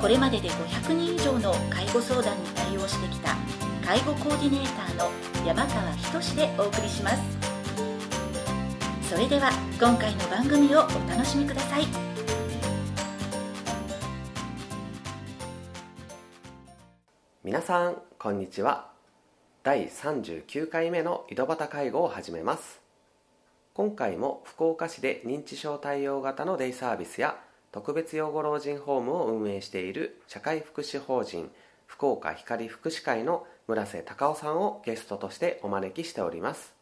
これまでで500人以上の介護相談に対応してきた介護コーディネーターの山川仁でお送りしますそれでは今回の番組をお楽しみください皆さんこんにちは第39回目の井戸端介護を始めます今回も福岡市で認知症対応型のデイサービスや特別養護老人ホームを運営している社会福祉法人福岡光福祉会の村瀬隆夫さんをゲストとしてお招きしております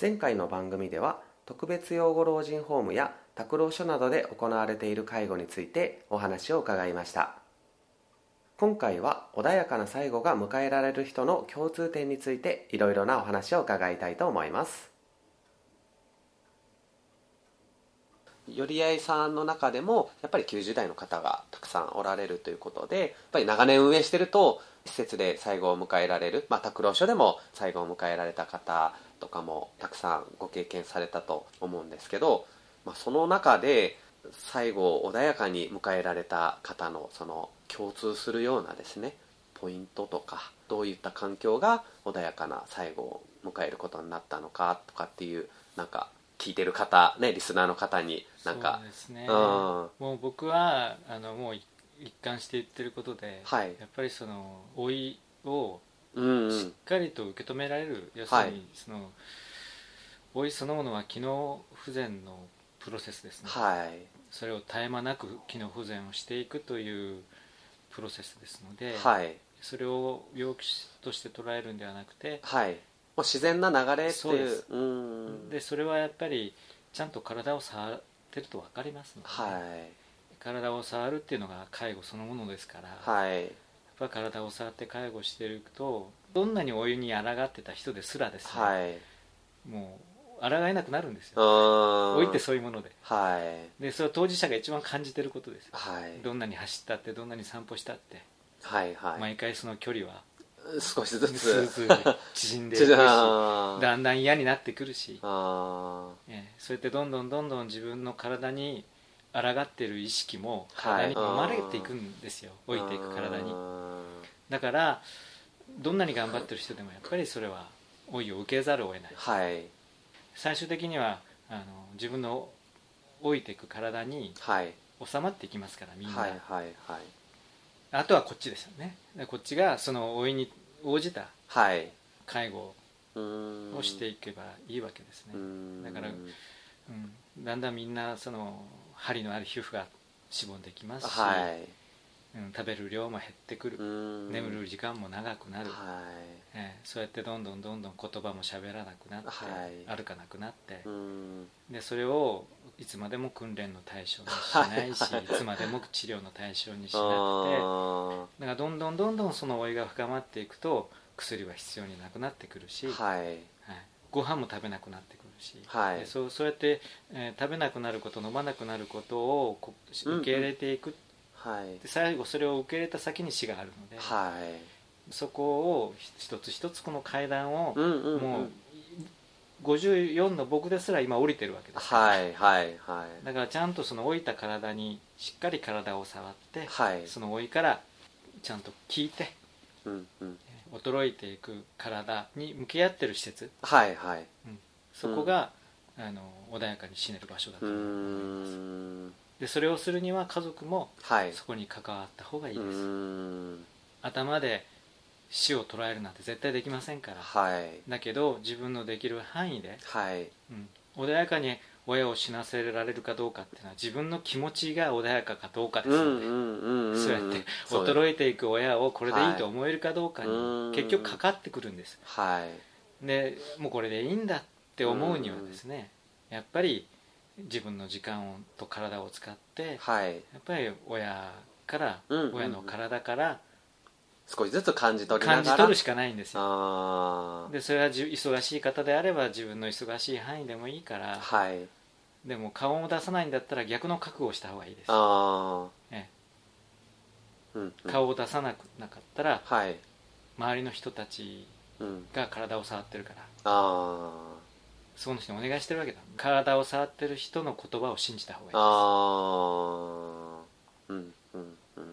前回の番組では特別養護老人ホームや宅老所などで行われている介護についてお話を伺いました今回は穏やかな最後が迎えられる人の共通点についていろいろなお話を伺いたいと思います寄り合いさんの中でもやっぱり90代の方がたくさんおられるということでやっぱり長年運営してると施設で最後を迎えられるまあ拓郎所でも最後を迎えられた方とかもたくさんご経験されたと思うんですけど、まあ、その中で最後を穏やかに迎えられた方のその共通するようなですねポイントとかどういった環境が穏やかな最後を迎えることになったのかとかっていうなんか聞いてる方ねリスナーの方になんかそうですね、うんはもう僕はあのもうい一貫して言ってることで、いやっぱりその老いをうんうしんっかりと受け止められる、要すはいるにその老いそのものは機能不全のプロセスですね、はいそれを絶え間なく機能不全をしていくというプロセスですので、はいそれを病気として捉えるんではなくて、はいもう自然な流れってそういでうすうんでそれはやっぱりちゃんと体を触ってると分かりますので、はい体を触るっていうのが介護そのものですから、はいやっぱ体を触って介護していくとどんなにお湯に抗ってた人ですらですね、はいもう抗えなくなるんですようん老いってそういうものではいでそれは当事者が一番感じてることですよはいどんなに走ったってどんなに散歩したって、はいはい毎回その距離は少しずずつつずつ縮んでいち くょっとしだあーんだん嫌になってくるし、あええそうやってどんどんどんどん自分の体に抗ってる意識もはい体に生まれていくんですよ、ー老いていく体にう。んだからどんなに頑張ってる人でもやっぱりそれは老いを受けざるを得ないはい最終的にはあの自分の老いていく体にはい収まっていきますからみんな、はいはいはいあとはこっちですよねでこっちがその老いに応じたはい介護うんをしていけばいいわけですね、うんだからうんだんだんみんなその針のある皮膚がしぼんできますし、はいうん食べる量も減ってくる、眠眠る時間も長くなる、はいええそうやってどんどんどんどん言葉も喋らなくなって、はい歩かなくなってう、んでそれをいつまでも訓練の対象にしないし、はいい、つまでも治療の対象にしなくあてだからどんどんどんどんその老いが深まっていくと薬は必要になくなってくるし、ーはいはいご飯も食べなくなってくるし、はいでそうそうやって、えー食べなくなること飲まなくなることをこしうんうん受け入れていはいく、で最後それを受け入れた先に死があるので、はいそこをひ一つ一つこの階段を、うんうんうんもう54の僕ですら今降りてるわけですからはいはいはだからちゃんとその老いた体にしっかり体を触ってい、はいその老いからちゃんと聞いてうんうん衰えていく体に向き合ってる施設はいはいそこが、あの穏やかに死ねる場所だとう思いますんでそれをするには家族もはいそこに関わった方がいいです、うん頭で死を捉えるなんて絶対できませんからはいだけど自分のできる範囲で、はいうん、穏やかに親を死なせられるかどうかっていうのは自分の気持ちが穏やかかどうかですうよね、んうんうんんそうやってそうです衰えていく親をこれでいいと思えるかどうかにはいうーん結局かかってくるんですはいでもうこれでいいんだって思うにはですねやっぱり自分の時間をと体を使ってはいやっぱり親からうんうんうん親の体から少しずつ感じ取りなが感らじ取るしかないんですよあーでそれはじ忙しい方であれば自分の忙しい範囲でもいいからはいでも顔を出さないんだったら逆の覚悟をした方がいいですあーえうんうん顔を出さなくなかったらはい周りの人たちうんが体を触ってるからあその人にお願いしてるわけだ体を触ってる人の言葉を信じた方ーがあーうんうんうん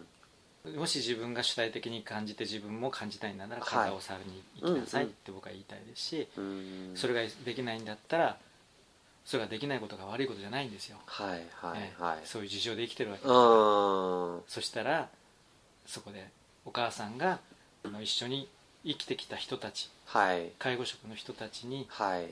いいですもし自分が主体的に感じて自分も感じたいんだならはい体を触りに行きなさいって僕は言いたいですし、うんそれができないんだったらそれができないことが悪いことじゃないんですよ、はいはいええはい、そういう事情で生きてるわけうーんそしたらそこでお母さんがあの一緒に生きてきた人たちはい介護職の人たちにはい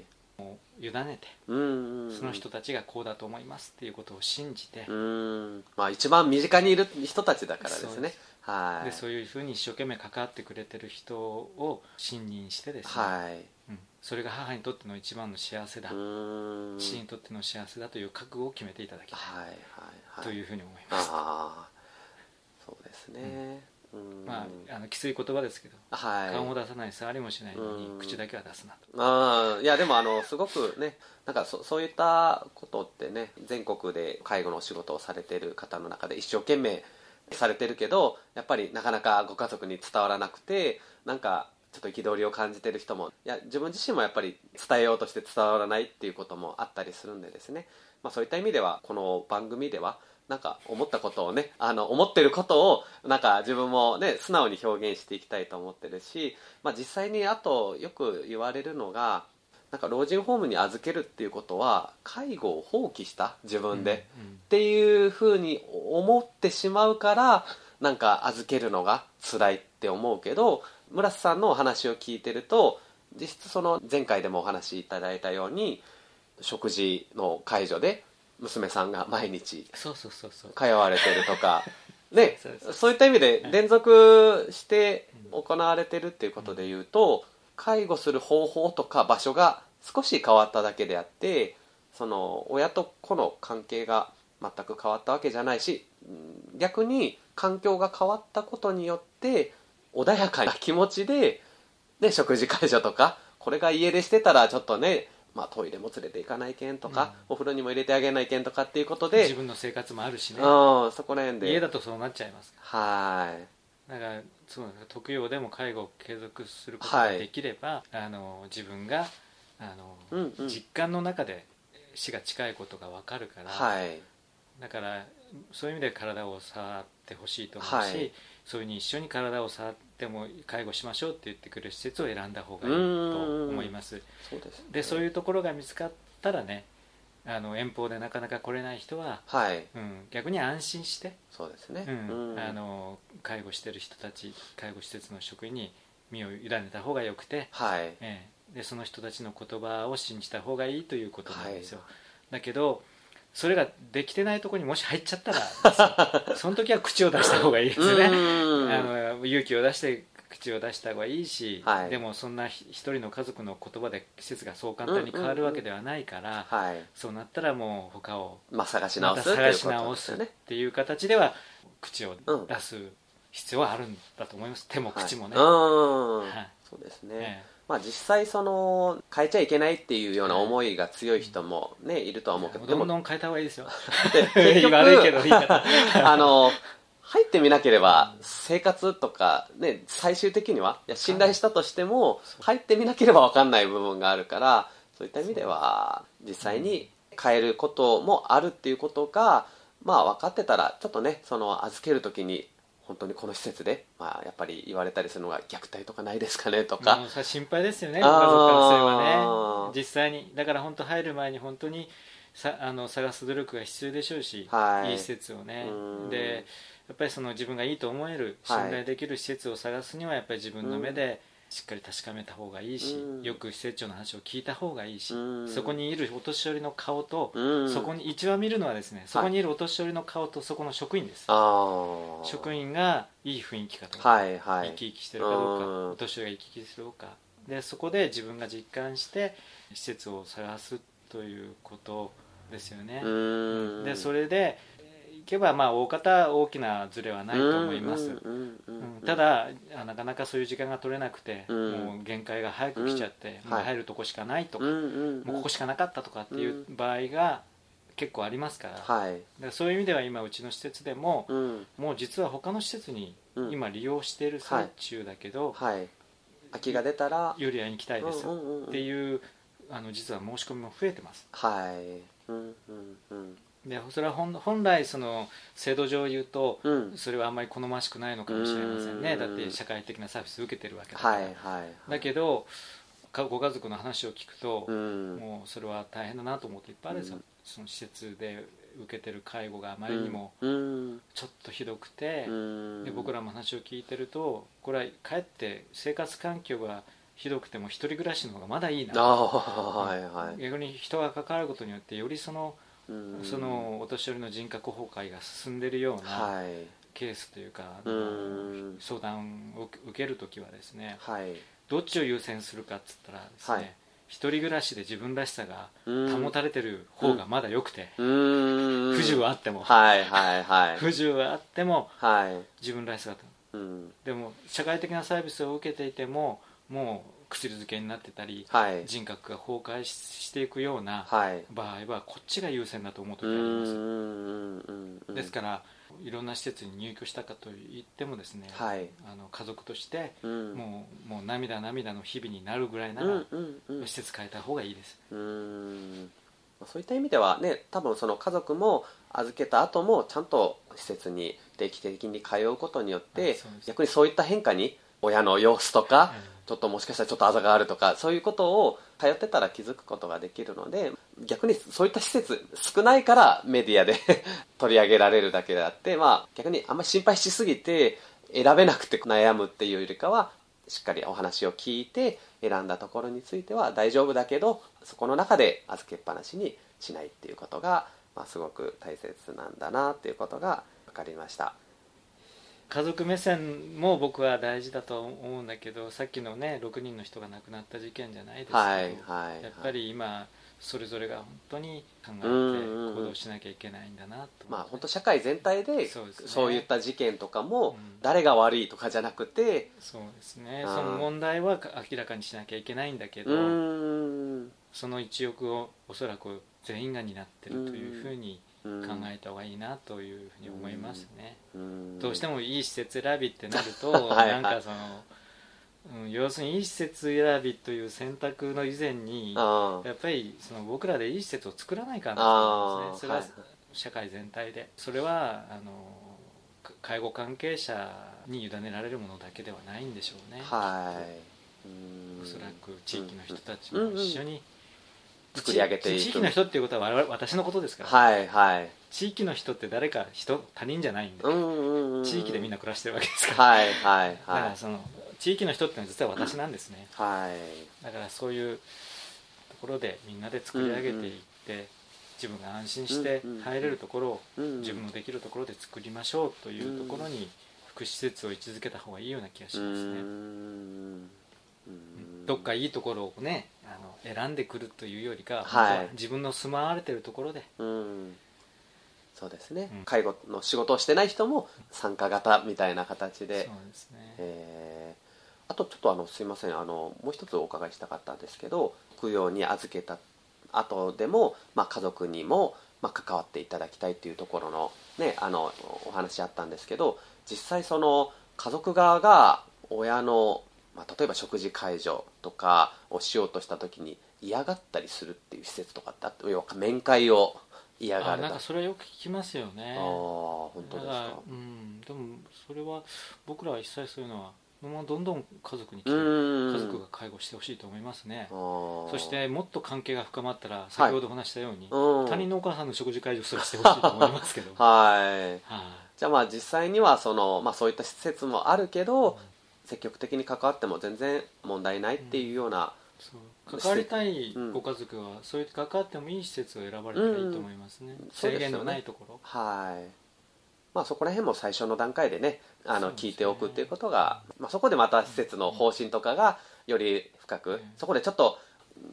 委ねてうんうんその人たちがこうだと思いますっていうことを信じてう、んまあ一番身近にいる人たちだからでそすうでねすはいでそういうふうに一生懸命関わってくれてる人を信任してですね、はいうんそれが母にとっての一番の幸せだ、うーん父にとっての幸せだという覚悟を決めていただきたい、はいはいはいというふうに思います、ああそうですねうんまああのきつい言葉ですけどはい顔も出さない触りもしないのにうん口だけは出すなとああいやでもあのすごくねなんかそそういったことってね全国で介護のお仕事をされてる方の中で一生懸命されてるけどやっぱりなかなかご家族に伝わらなくてなんかちょっと憤りを感じてる人もいや自分自身もやっぱり伝えようとして伝わらないっていうこともあったりするんでですね、まあ、そういった意味ではこの番組ではなんか思ったことをねあの思ってることをなんか自分もね素直に表現していきたいと思ってるし、まあ、実際にあとよく言われるのがなんか老人ホームに預けるっていうことは介護を放棄した自分で、うんうんっていうふうに思ってしまうからなんか預けるのが辛いって思うけど村瀬さんのお話を聞いてると実質その前回でもお話しいただいたように食事の介助で娘さんが毎日そうそうそうそう通われてると かねそうですそういった意味で連続して行われてるっていうことで言うと介護する方法とか場所が少し変わっただけであってその親と子の関係が全く変わったわけじゃないしうん逆に環境が変わったことによって穏やかな気持ちで、ね、食事介助とかこれが家出してたらちょっとね、まあ、トイレも連れて行かないけんとか、お風呂にも入れてあげないけんとかっていうことで自分の生活もあるしねうんそこら辺で家だとそうなっちゃいますかはいらだからそうなんです特養でも介護を継続することができれば、あの自分があの、うんうん実感の中で死が近いことが分かるから、はいだからそういう意味で体を触ってほしいと思うし、はいそういうふうに一緒に体を触っても介護しましょうって言ってくれる施設を選んだ方がいいと思いますそうですねでそういうところが見つかったらねあの遠方でなかなか来れない人は、はいうん、逆に安心して、そうですねうんうんあの介護してる人たち介護施設の職員に身を委ねた方がよくて、はいええでその人たちの言葉を信じた方がいいということなんですよ、だけどそれができてないところにもし入っちゃったら ですよその時は口を出した方がいいですね、うんあの勇気を出して口を出した方がいいし、はいでもそんなひ一人の家族の言葉で施設がそう簡単に変わるわけではないから、はいそうなったらもう他をまあ探しま直たすって探いうしこと直ですすよっねていう形では口をうん出す必要はあるんだと思います手もはい口もね、うんはいそうですえねえまあ実際その変えちゃいけないっていうような思いが強い人もねいるとは思うけどでどんどもん変えた方がいいですよで 結局 悪いけど言い方 あの入ってみなければ生活とか、ね、最終的にはいや信頼したとしても入ってみなければ分かんない部分があるからそういった意味では実際に変えることもあるっていうことが、まあ、分かってたらちょっとねその預ける時に本当にこの施設で、まあ、やっぱり言われたりするのが虐待とかないですかねともかう、さ心配ですよねあごー家族からすればね実際にだから本当入る前に本当にさあの探す努力が必要でしょうし、はい施設をねうんでやっぱりその自分がいいと思える信はい頼できる施設を探すにはやっぱり自分の目でしっかり確かめた方がいいし、うんよく施設長の話を聞いた方がいいし、うんそこにいるお年寄りの顔と、うんそこに一番見るのはですねそこにいるお年寄りの顔とそこの職員です、あー職員がいい雰囲気かとか、はいはい生き生きしてるかどうかうんお年寄りが生き生きするかどうかでそこで自分が実感して施設を探すということですよねうーんでそれでえーけばまあ大方大きなズレはないと思います、うんうんうんただあなかなかそういう時間が取れなくて、うんもう限界が早く来ちゃって、うんもうはい入るとこしかないとか、うんうんもうここしかなかったとかっていう場合が結構ありますから,、だかはいらそういう意味では今うちの施設でも、うんもう実は他の施設にうん今利用している最中だけど、はい空きが出たらより会いに来たいですうんうんうんっていうあの実は申し込みも増えてますはいうんうんうんでそれは本本来その制度上言うとうんそれはあんまり好ましくないのかもしれませんねうんだって社会的なサービスを受けてるわけだから、はいはいだけどかご家族の話を聞くとう、んもうそれは大変だなと思っていっぱいあるんですよ、その施設で受けてる介護があまりにもうんちょっとひどくて、うんで僕らも話を聞いてるとこれはかえって生活環境がひどくても一人暮らしの方がまだいいあなあはいはい逆に人が関わることによってよりその,、うんそのお年寄りの人格崩壊が進んでるようなはいケースというか、うん相談を受ける時はですねはいどっちを優先するかっつったらですね、はい一人暮らしで自分らしさがうん保たれてる方がまだ良くて、うん不自由はあっても、はいはいはい不自由はあってもはい自分らしさがうんでも社会的なサービスを受けていてももう薬漬けになってたりはい人格が崩壊ししていくようなはい場合はこっちが優先だと思う時うがありんまうんうんうすんですからいろんな施設に入居したかといってもですね、はいあの家族としてうんもうもう涙涙の日々になるぐらいなうらんうんうん施設変えた方がいいですうーんまあそういった意味ではね多分その家族も預けた後もちゃんと施設に定期的に通うことによっはいてそうです逆にそういった変化に親の様子とかうんちょっともしかしたらちょっとあざがあるとかそういうことを通ってたら気づくことができるので逆にそういった施設少ないからメディアで 取り上げられるだけであって、まあ、逆にあんまり心配しすぎて選べなくて悩むっていうよりかはしっかりお話を聞いて選んだところについては大丈夫だけどそこの中で預けっぱなしにしないっていうことが、まあ、すごく大切なんだなっていうことが分かりました。家族目線も僕は大事だと思うんだけどさっきのね6人の人が亡くなった事件じゃないですけど、はいはいはいやっぱり今それぞれが本当に考えてうんうんうん行動しなきゃいけないんだなとまあ、本当社会全体でそうですねそういった事件とかうもん誰が悪いとかじゃなくてそうですねあーその問題は明らかにしなきゃいけないんだけうど、ーんその一翼をおそらく全員が担ってるというふうに考考えた方がいいなというふうに思いますね、どどうしてもいい施設選びってなる とはいはいなんかその、うん、要するにいい施設選びという選択の以前にああやっぱりその僕らでいい施設を作らないかなと思うんですねそれあーは社会全体でそれはあのか介護関係者に委ねられるものだけではないんでしょうね、はいおそらうく地域の人たちも一緒に作り上げていく地域の人っていうことは我々私のことですーかんら、はいはい地域の人って誰か人他人じゃないんで、うんうんうん地域でみんな暮らしてるわけですからはいはいだかはらその地域の人ってのは実は私なんですね、いはいだからそういうところでみんなで作り上げていって、自分が安心してうんうん入れるところをうん自分のできるところで作りましょうというところに福祉施設を位置づけた方がいいような気がしうーますね、んうーんどっかいいところをねあの選んでくるというよりか、はい本当自分の住まわれてるところでうんそうですねうん介護の仕事をしてない人も参加型みたいな形そうでですね、えーあとちょっとあのすいませんあのもう一つお伺いしたかったんですけど供養に預けた後でも、まあ、家族にも、まあ、関わっていただきたいっていうところの,、ね、あのお話あったんですけど実際その家族側が親の、まあ、例えば食事介助とかをしようとした時に嫌がったりするっていう施設とかってあって要は面会を嫌があるなんだかそれはよく聞きますよねああ本当だでかすらかうんでもそれは僕らは一切そういうのはもうどんどん家族に来てうーん家族が介護してほしいと思いますねあーそしてもっと関係が深まったら先ほどお話ししたように、うん他人のお母さんの食事介助すらしてほしいと思いますけどはいはいじゃあまあ実際にはその、まあ、そういった施設もあるけど、積極的に関わっても全然問題ないっていうような、そう関わりたいうんご家族は、そういう関わってもいい施設を選ばれたらいいと思いますね、んそうで制すよね限のないところはいまあそこら辺も最初の段階でねあのそうですね聞いておくっていうことが、まあ、そこでまた施設の方針とかがより深く、うんそこでちょっと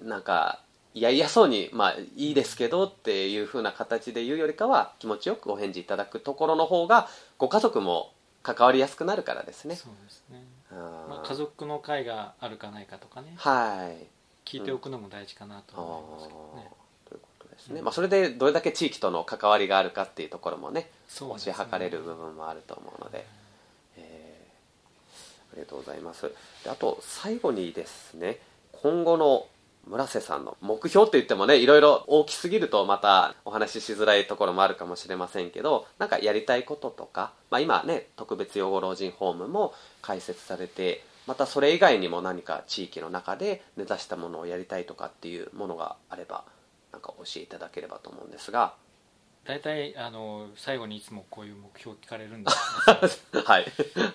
なんかいやいやそうに、まあ、いいですけどっていう風な形で言うよりかは気持ちよくお返事いただくところの方がご家族も関わりやすくなるからですねそうですね、うんまあ、家族の会があるかないかとかねはい聞いておくのも大事かなとあー思いますけどね、ということですね、うんまあ、それでどれだけ地域との関わりがあるかっていうところもねそう推ですしね量れる部分もあると思うので、えーありがとうございますであと最後にですね今後の村瀬さんの目標って言ってもねいろいろ大きすぎるとまたお話ししづらいところもあるかもしれませんけどなんかやりたいこととか、まあ、今ね特別養護老人ホームも開設されてまたそれ以外にも何か地域の中で目指したものをやりたいとかっていうものがあればなんか教えていただければと思うんですが 大体あの最後にいつもこういう目標を聞かれるんですはい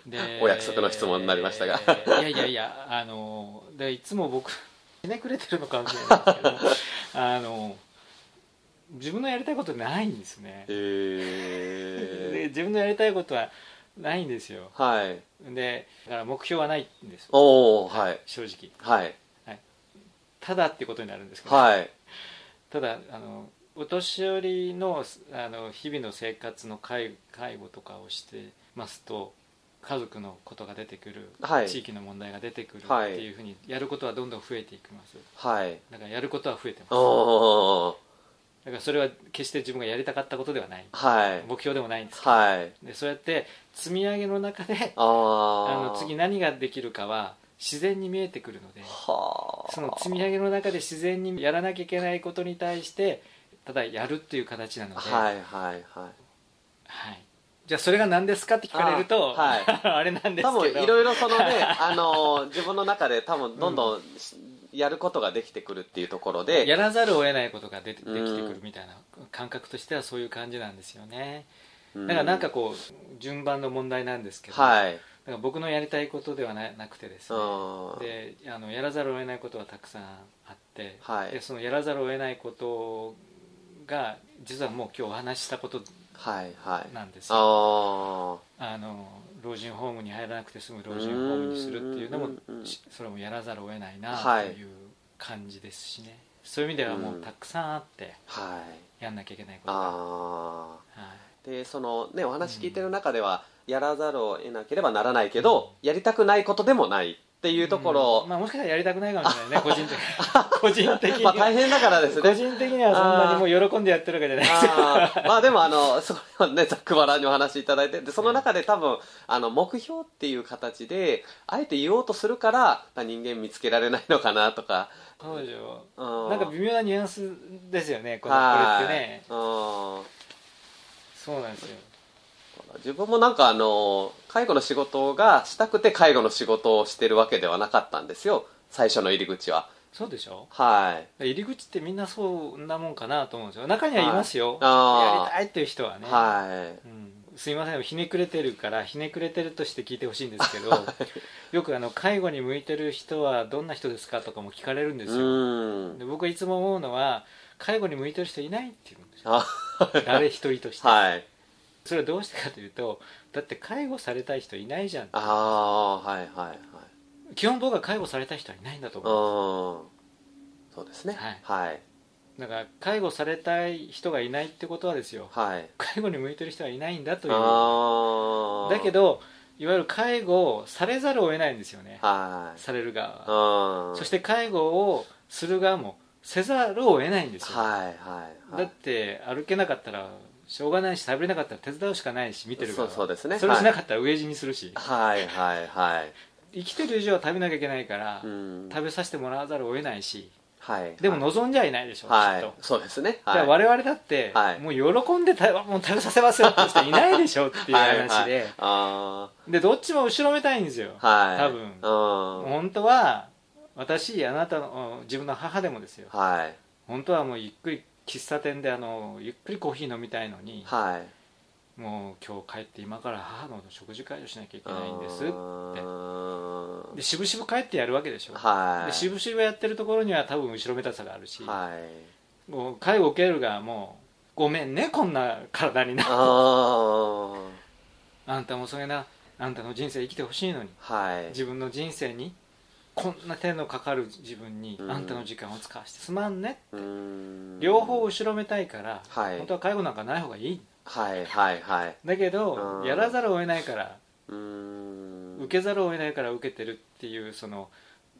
で お約束の質問になりましたがいやいやいやあのでいつも僕ひねくれてるのかもしれないですけど あの自分のやりたいことないんですね、でえー、自分のやりたいことはないんですよはいでだから目標はないんですおおはい正直はいただってことになるんですけど、はいただあのお年寄りのあの日々の生活の介介護とかをしてますと家族のことが出てくる、はい地域の問題が出てくるっはいていうふうにやることはどんどん増えていきますはいだからやることは増えてますおおだからそれは決して自分がやりたかったことではないはい目標でもないんですけど、はいでそうやって積み上げの中であああの次何ができるかは自然に見えてくるのではあその積み上げの中で自然にやらなきゃいけないことに対してただやるっていう形なので、はいはいははいじゃあそれが何ですかって聞かれるとあ あ,、はれなんいです多分けいどろいろその ねあの自分の中で多分どんどんしやることができてくるっていうところで、やらざるを得ないことが出てうでんきてくるみたいな感覚としてはそういう感じなんですよねうだからなんかこう順番の問題なんですけど、はいだから僕のやりたいことではななくてですねうんであのやらざるを得ないことはたくさんあって、はいでそのやらざるを得ないことが実はもう今日お話ししたことはいはいなんですよああの老人ホームに入らなくて済む老人ホームにするっていうのもうんうんしそれもやらざるを得ないなはといいう感じですしね、そういう意味ではもうたくさんあってあはいやんなきゃいけないことが、はああいでそのねお話聞いてる中では、やらざるを得なければならないけど、やりたくないことでもないっていうところ、うんまあ、もしかしたらやりたくないかもしれ ないね個人的に個人的にまあは、大変だからです個ね人的にはそんなにもう喜んでやってるわけじゃないですあーまあでもあのそこねざっくばらんにお話しいただいてでその中で多分あの目標っていう形であえて言おうとするからあ人間見つけられないのかなとか、彼女うん、なんか微妙なニュアンスですよねこのはこいれってねうんそうなんですよ自分もなんかあの介護の仕事がしたくて介護の仕事をしてるわけではなかったんですよ最初の入り口はそうでしょはい入り口ってみんなそんなもんかなと思うんですよ中にはいますよ、あーやりたいっていう人はね、はうん、すいませんひねくれてるからひねくれてるとして聞いてほしいんですけどよくあの介護に向いてる人はどんな人ですかとかも聞かれるんでい。すうよーん。で僕はいつも思うのは介護に向いてる人いないって言うんですよあ、誰一人として、はい。それはどうしてかというとだって介護されたい人いないじゃんああ、はいはいはい。基本僕は介護されたい人はいないんだとう思ーうん。そうですね。はい。だから介護されたい人がいないってことはですよはい。介護に向いてる人はいないんだというああ。だけ。どいわゆる介護をされざるを得ないんですよね、はい。される側は、うん。そして介護をする側もせざるを得ないんですよ、はいはいはだっい。て歩けなかったらしょうがないし食べれなかったら手伝うしかないし見てるそ側うはそうですね。それをしなかったら飢え死にするし、はい はいはい。生きてる以上は食べなきゃいけないから、うん。食べさせてもらわざるを得ないしはい。でも望んじゃいないでしょ、はきっいと。そうですね。じゃあはい。我々だって、はいもう喜んでたもう食べさせますよって人いないでしょっていう話で、はいはい、あでどっちも後ろめたいんですよ、あ。はい。多分うん。本当は私あなたのうん自分の母でもですよはい。本当はもうゆっくり喫茶店であのゆっくりコーヒー飲みたいのにはい。もう今日帰って今から母の食事会をしなきゃいけうないんですーんで渋々帰ってやるわけでしょ、はい。で渋々やってるところには多分後ろめたさがあるし、はい。もう介護受けるがもうごめんねこんな体になああ。あんたもそれなあんたの人生生きてほしいのにはい。自分の人生にこんな手のかかる自分に、うんあんたの時間を使わせてすまんねうーん両方後ろめたいから、はい本当は介護なんかない方がいいはいはいはいだけど、うんやらざるを得ないからうーん受けざるを得ないから受けてるっていうその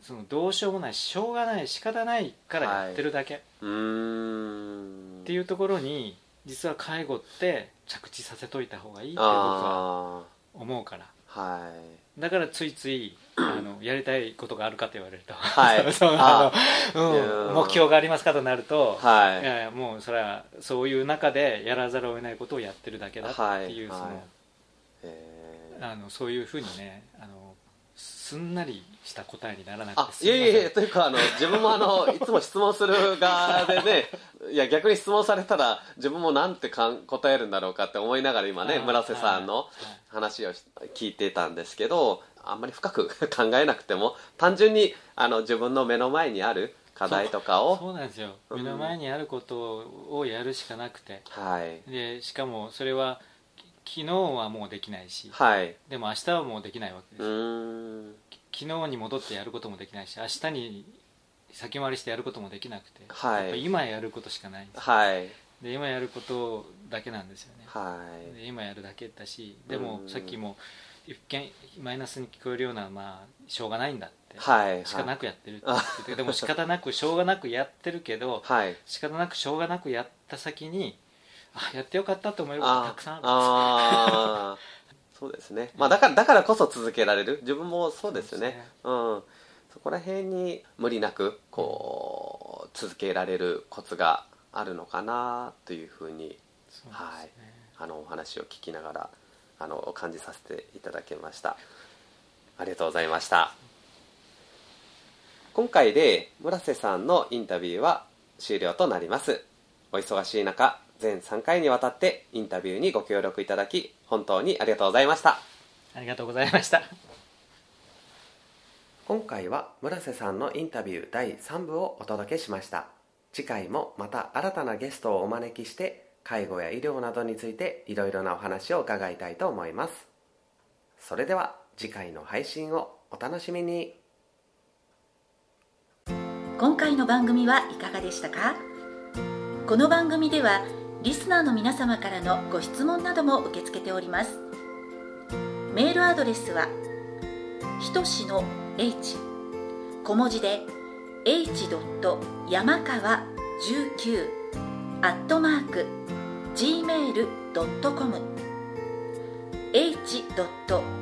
そのどうしようもないしょうがない仕方ないからやってるだけ、うーんっていうところに実は介護って着地させといた方がいいって僕はあ思うからあはいだからついついあのやりたいことがあるかと言われると、はい そうああのいやーうん、目標がありますかとなると、いはいやいやもうそれはそういう中でやらざるを得ないことをやってるだけだっていう、はいはいそえーのあのそういうふうにねあのすんなりした答えにならなくあてすいえまいせんえいえというかあの自分もあ のいつも質問する側でねいや逆に質問されたら自分もなんてかん答えるんだろうかって思いながら今ねあー村瀬さんのはいはい話をし聞いてたんですけどあんまり深く 考えなくても単純にあの自分の目の前にある課題とかをそうなんですようん目の前にあることをやるしかなくて、はいでしかもそれはき昨日はもうできないしはいでも明日はもうできないわけうです、ーんき昨日に戻ってやることもできないし明日に先回りしてやることもできなくて、はいやっぱ今やることしかないんですはいで今やることだけなんですよね、はいで今やるだけだしでもうんさっきも一見マイナスに聞こえるようなまあしょうがないんだって、はい仕方なくやってるって言って てでも仕方なくしょうがなくやってるけどはい仕方なくしょうがなくやった先にあやってよかったと思えることあたくさんあるあー そうですね、まあ、だからだからこそ続けられる自分もそうですねそうですねうん、そこら辺に無理なくこう続けられるコツがあるのかなというふうにそうなんですねあのお話を聞きながらあの感じさせていただきましたありがとうございました今回で村瀬さんのインタビューは終了となりますお忙しい中全3回にわたってインタビューにご協力いただき本当にありがとうございましたありがとうございました今回は村瀬さんのインタビュー第3部をお届けしました次回もまた新たなゲストをお招きして介護や医療などについていろいろなお話を伺いたいと思いますそれでは次回の配信をお楽しみに今回の番組はいかがでしたかこの番組ではリスナーの皆様からのご質問なども受け付けておりますメールアドレスはひとしの h 小文字で h. 山川19アットマーク gmail.com h.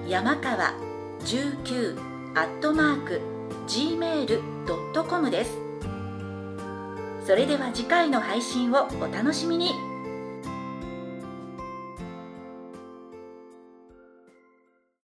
山川19アットマーク gmail.com ですそれでは次回の配信をお楽しみに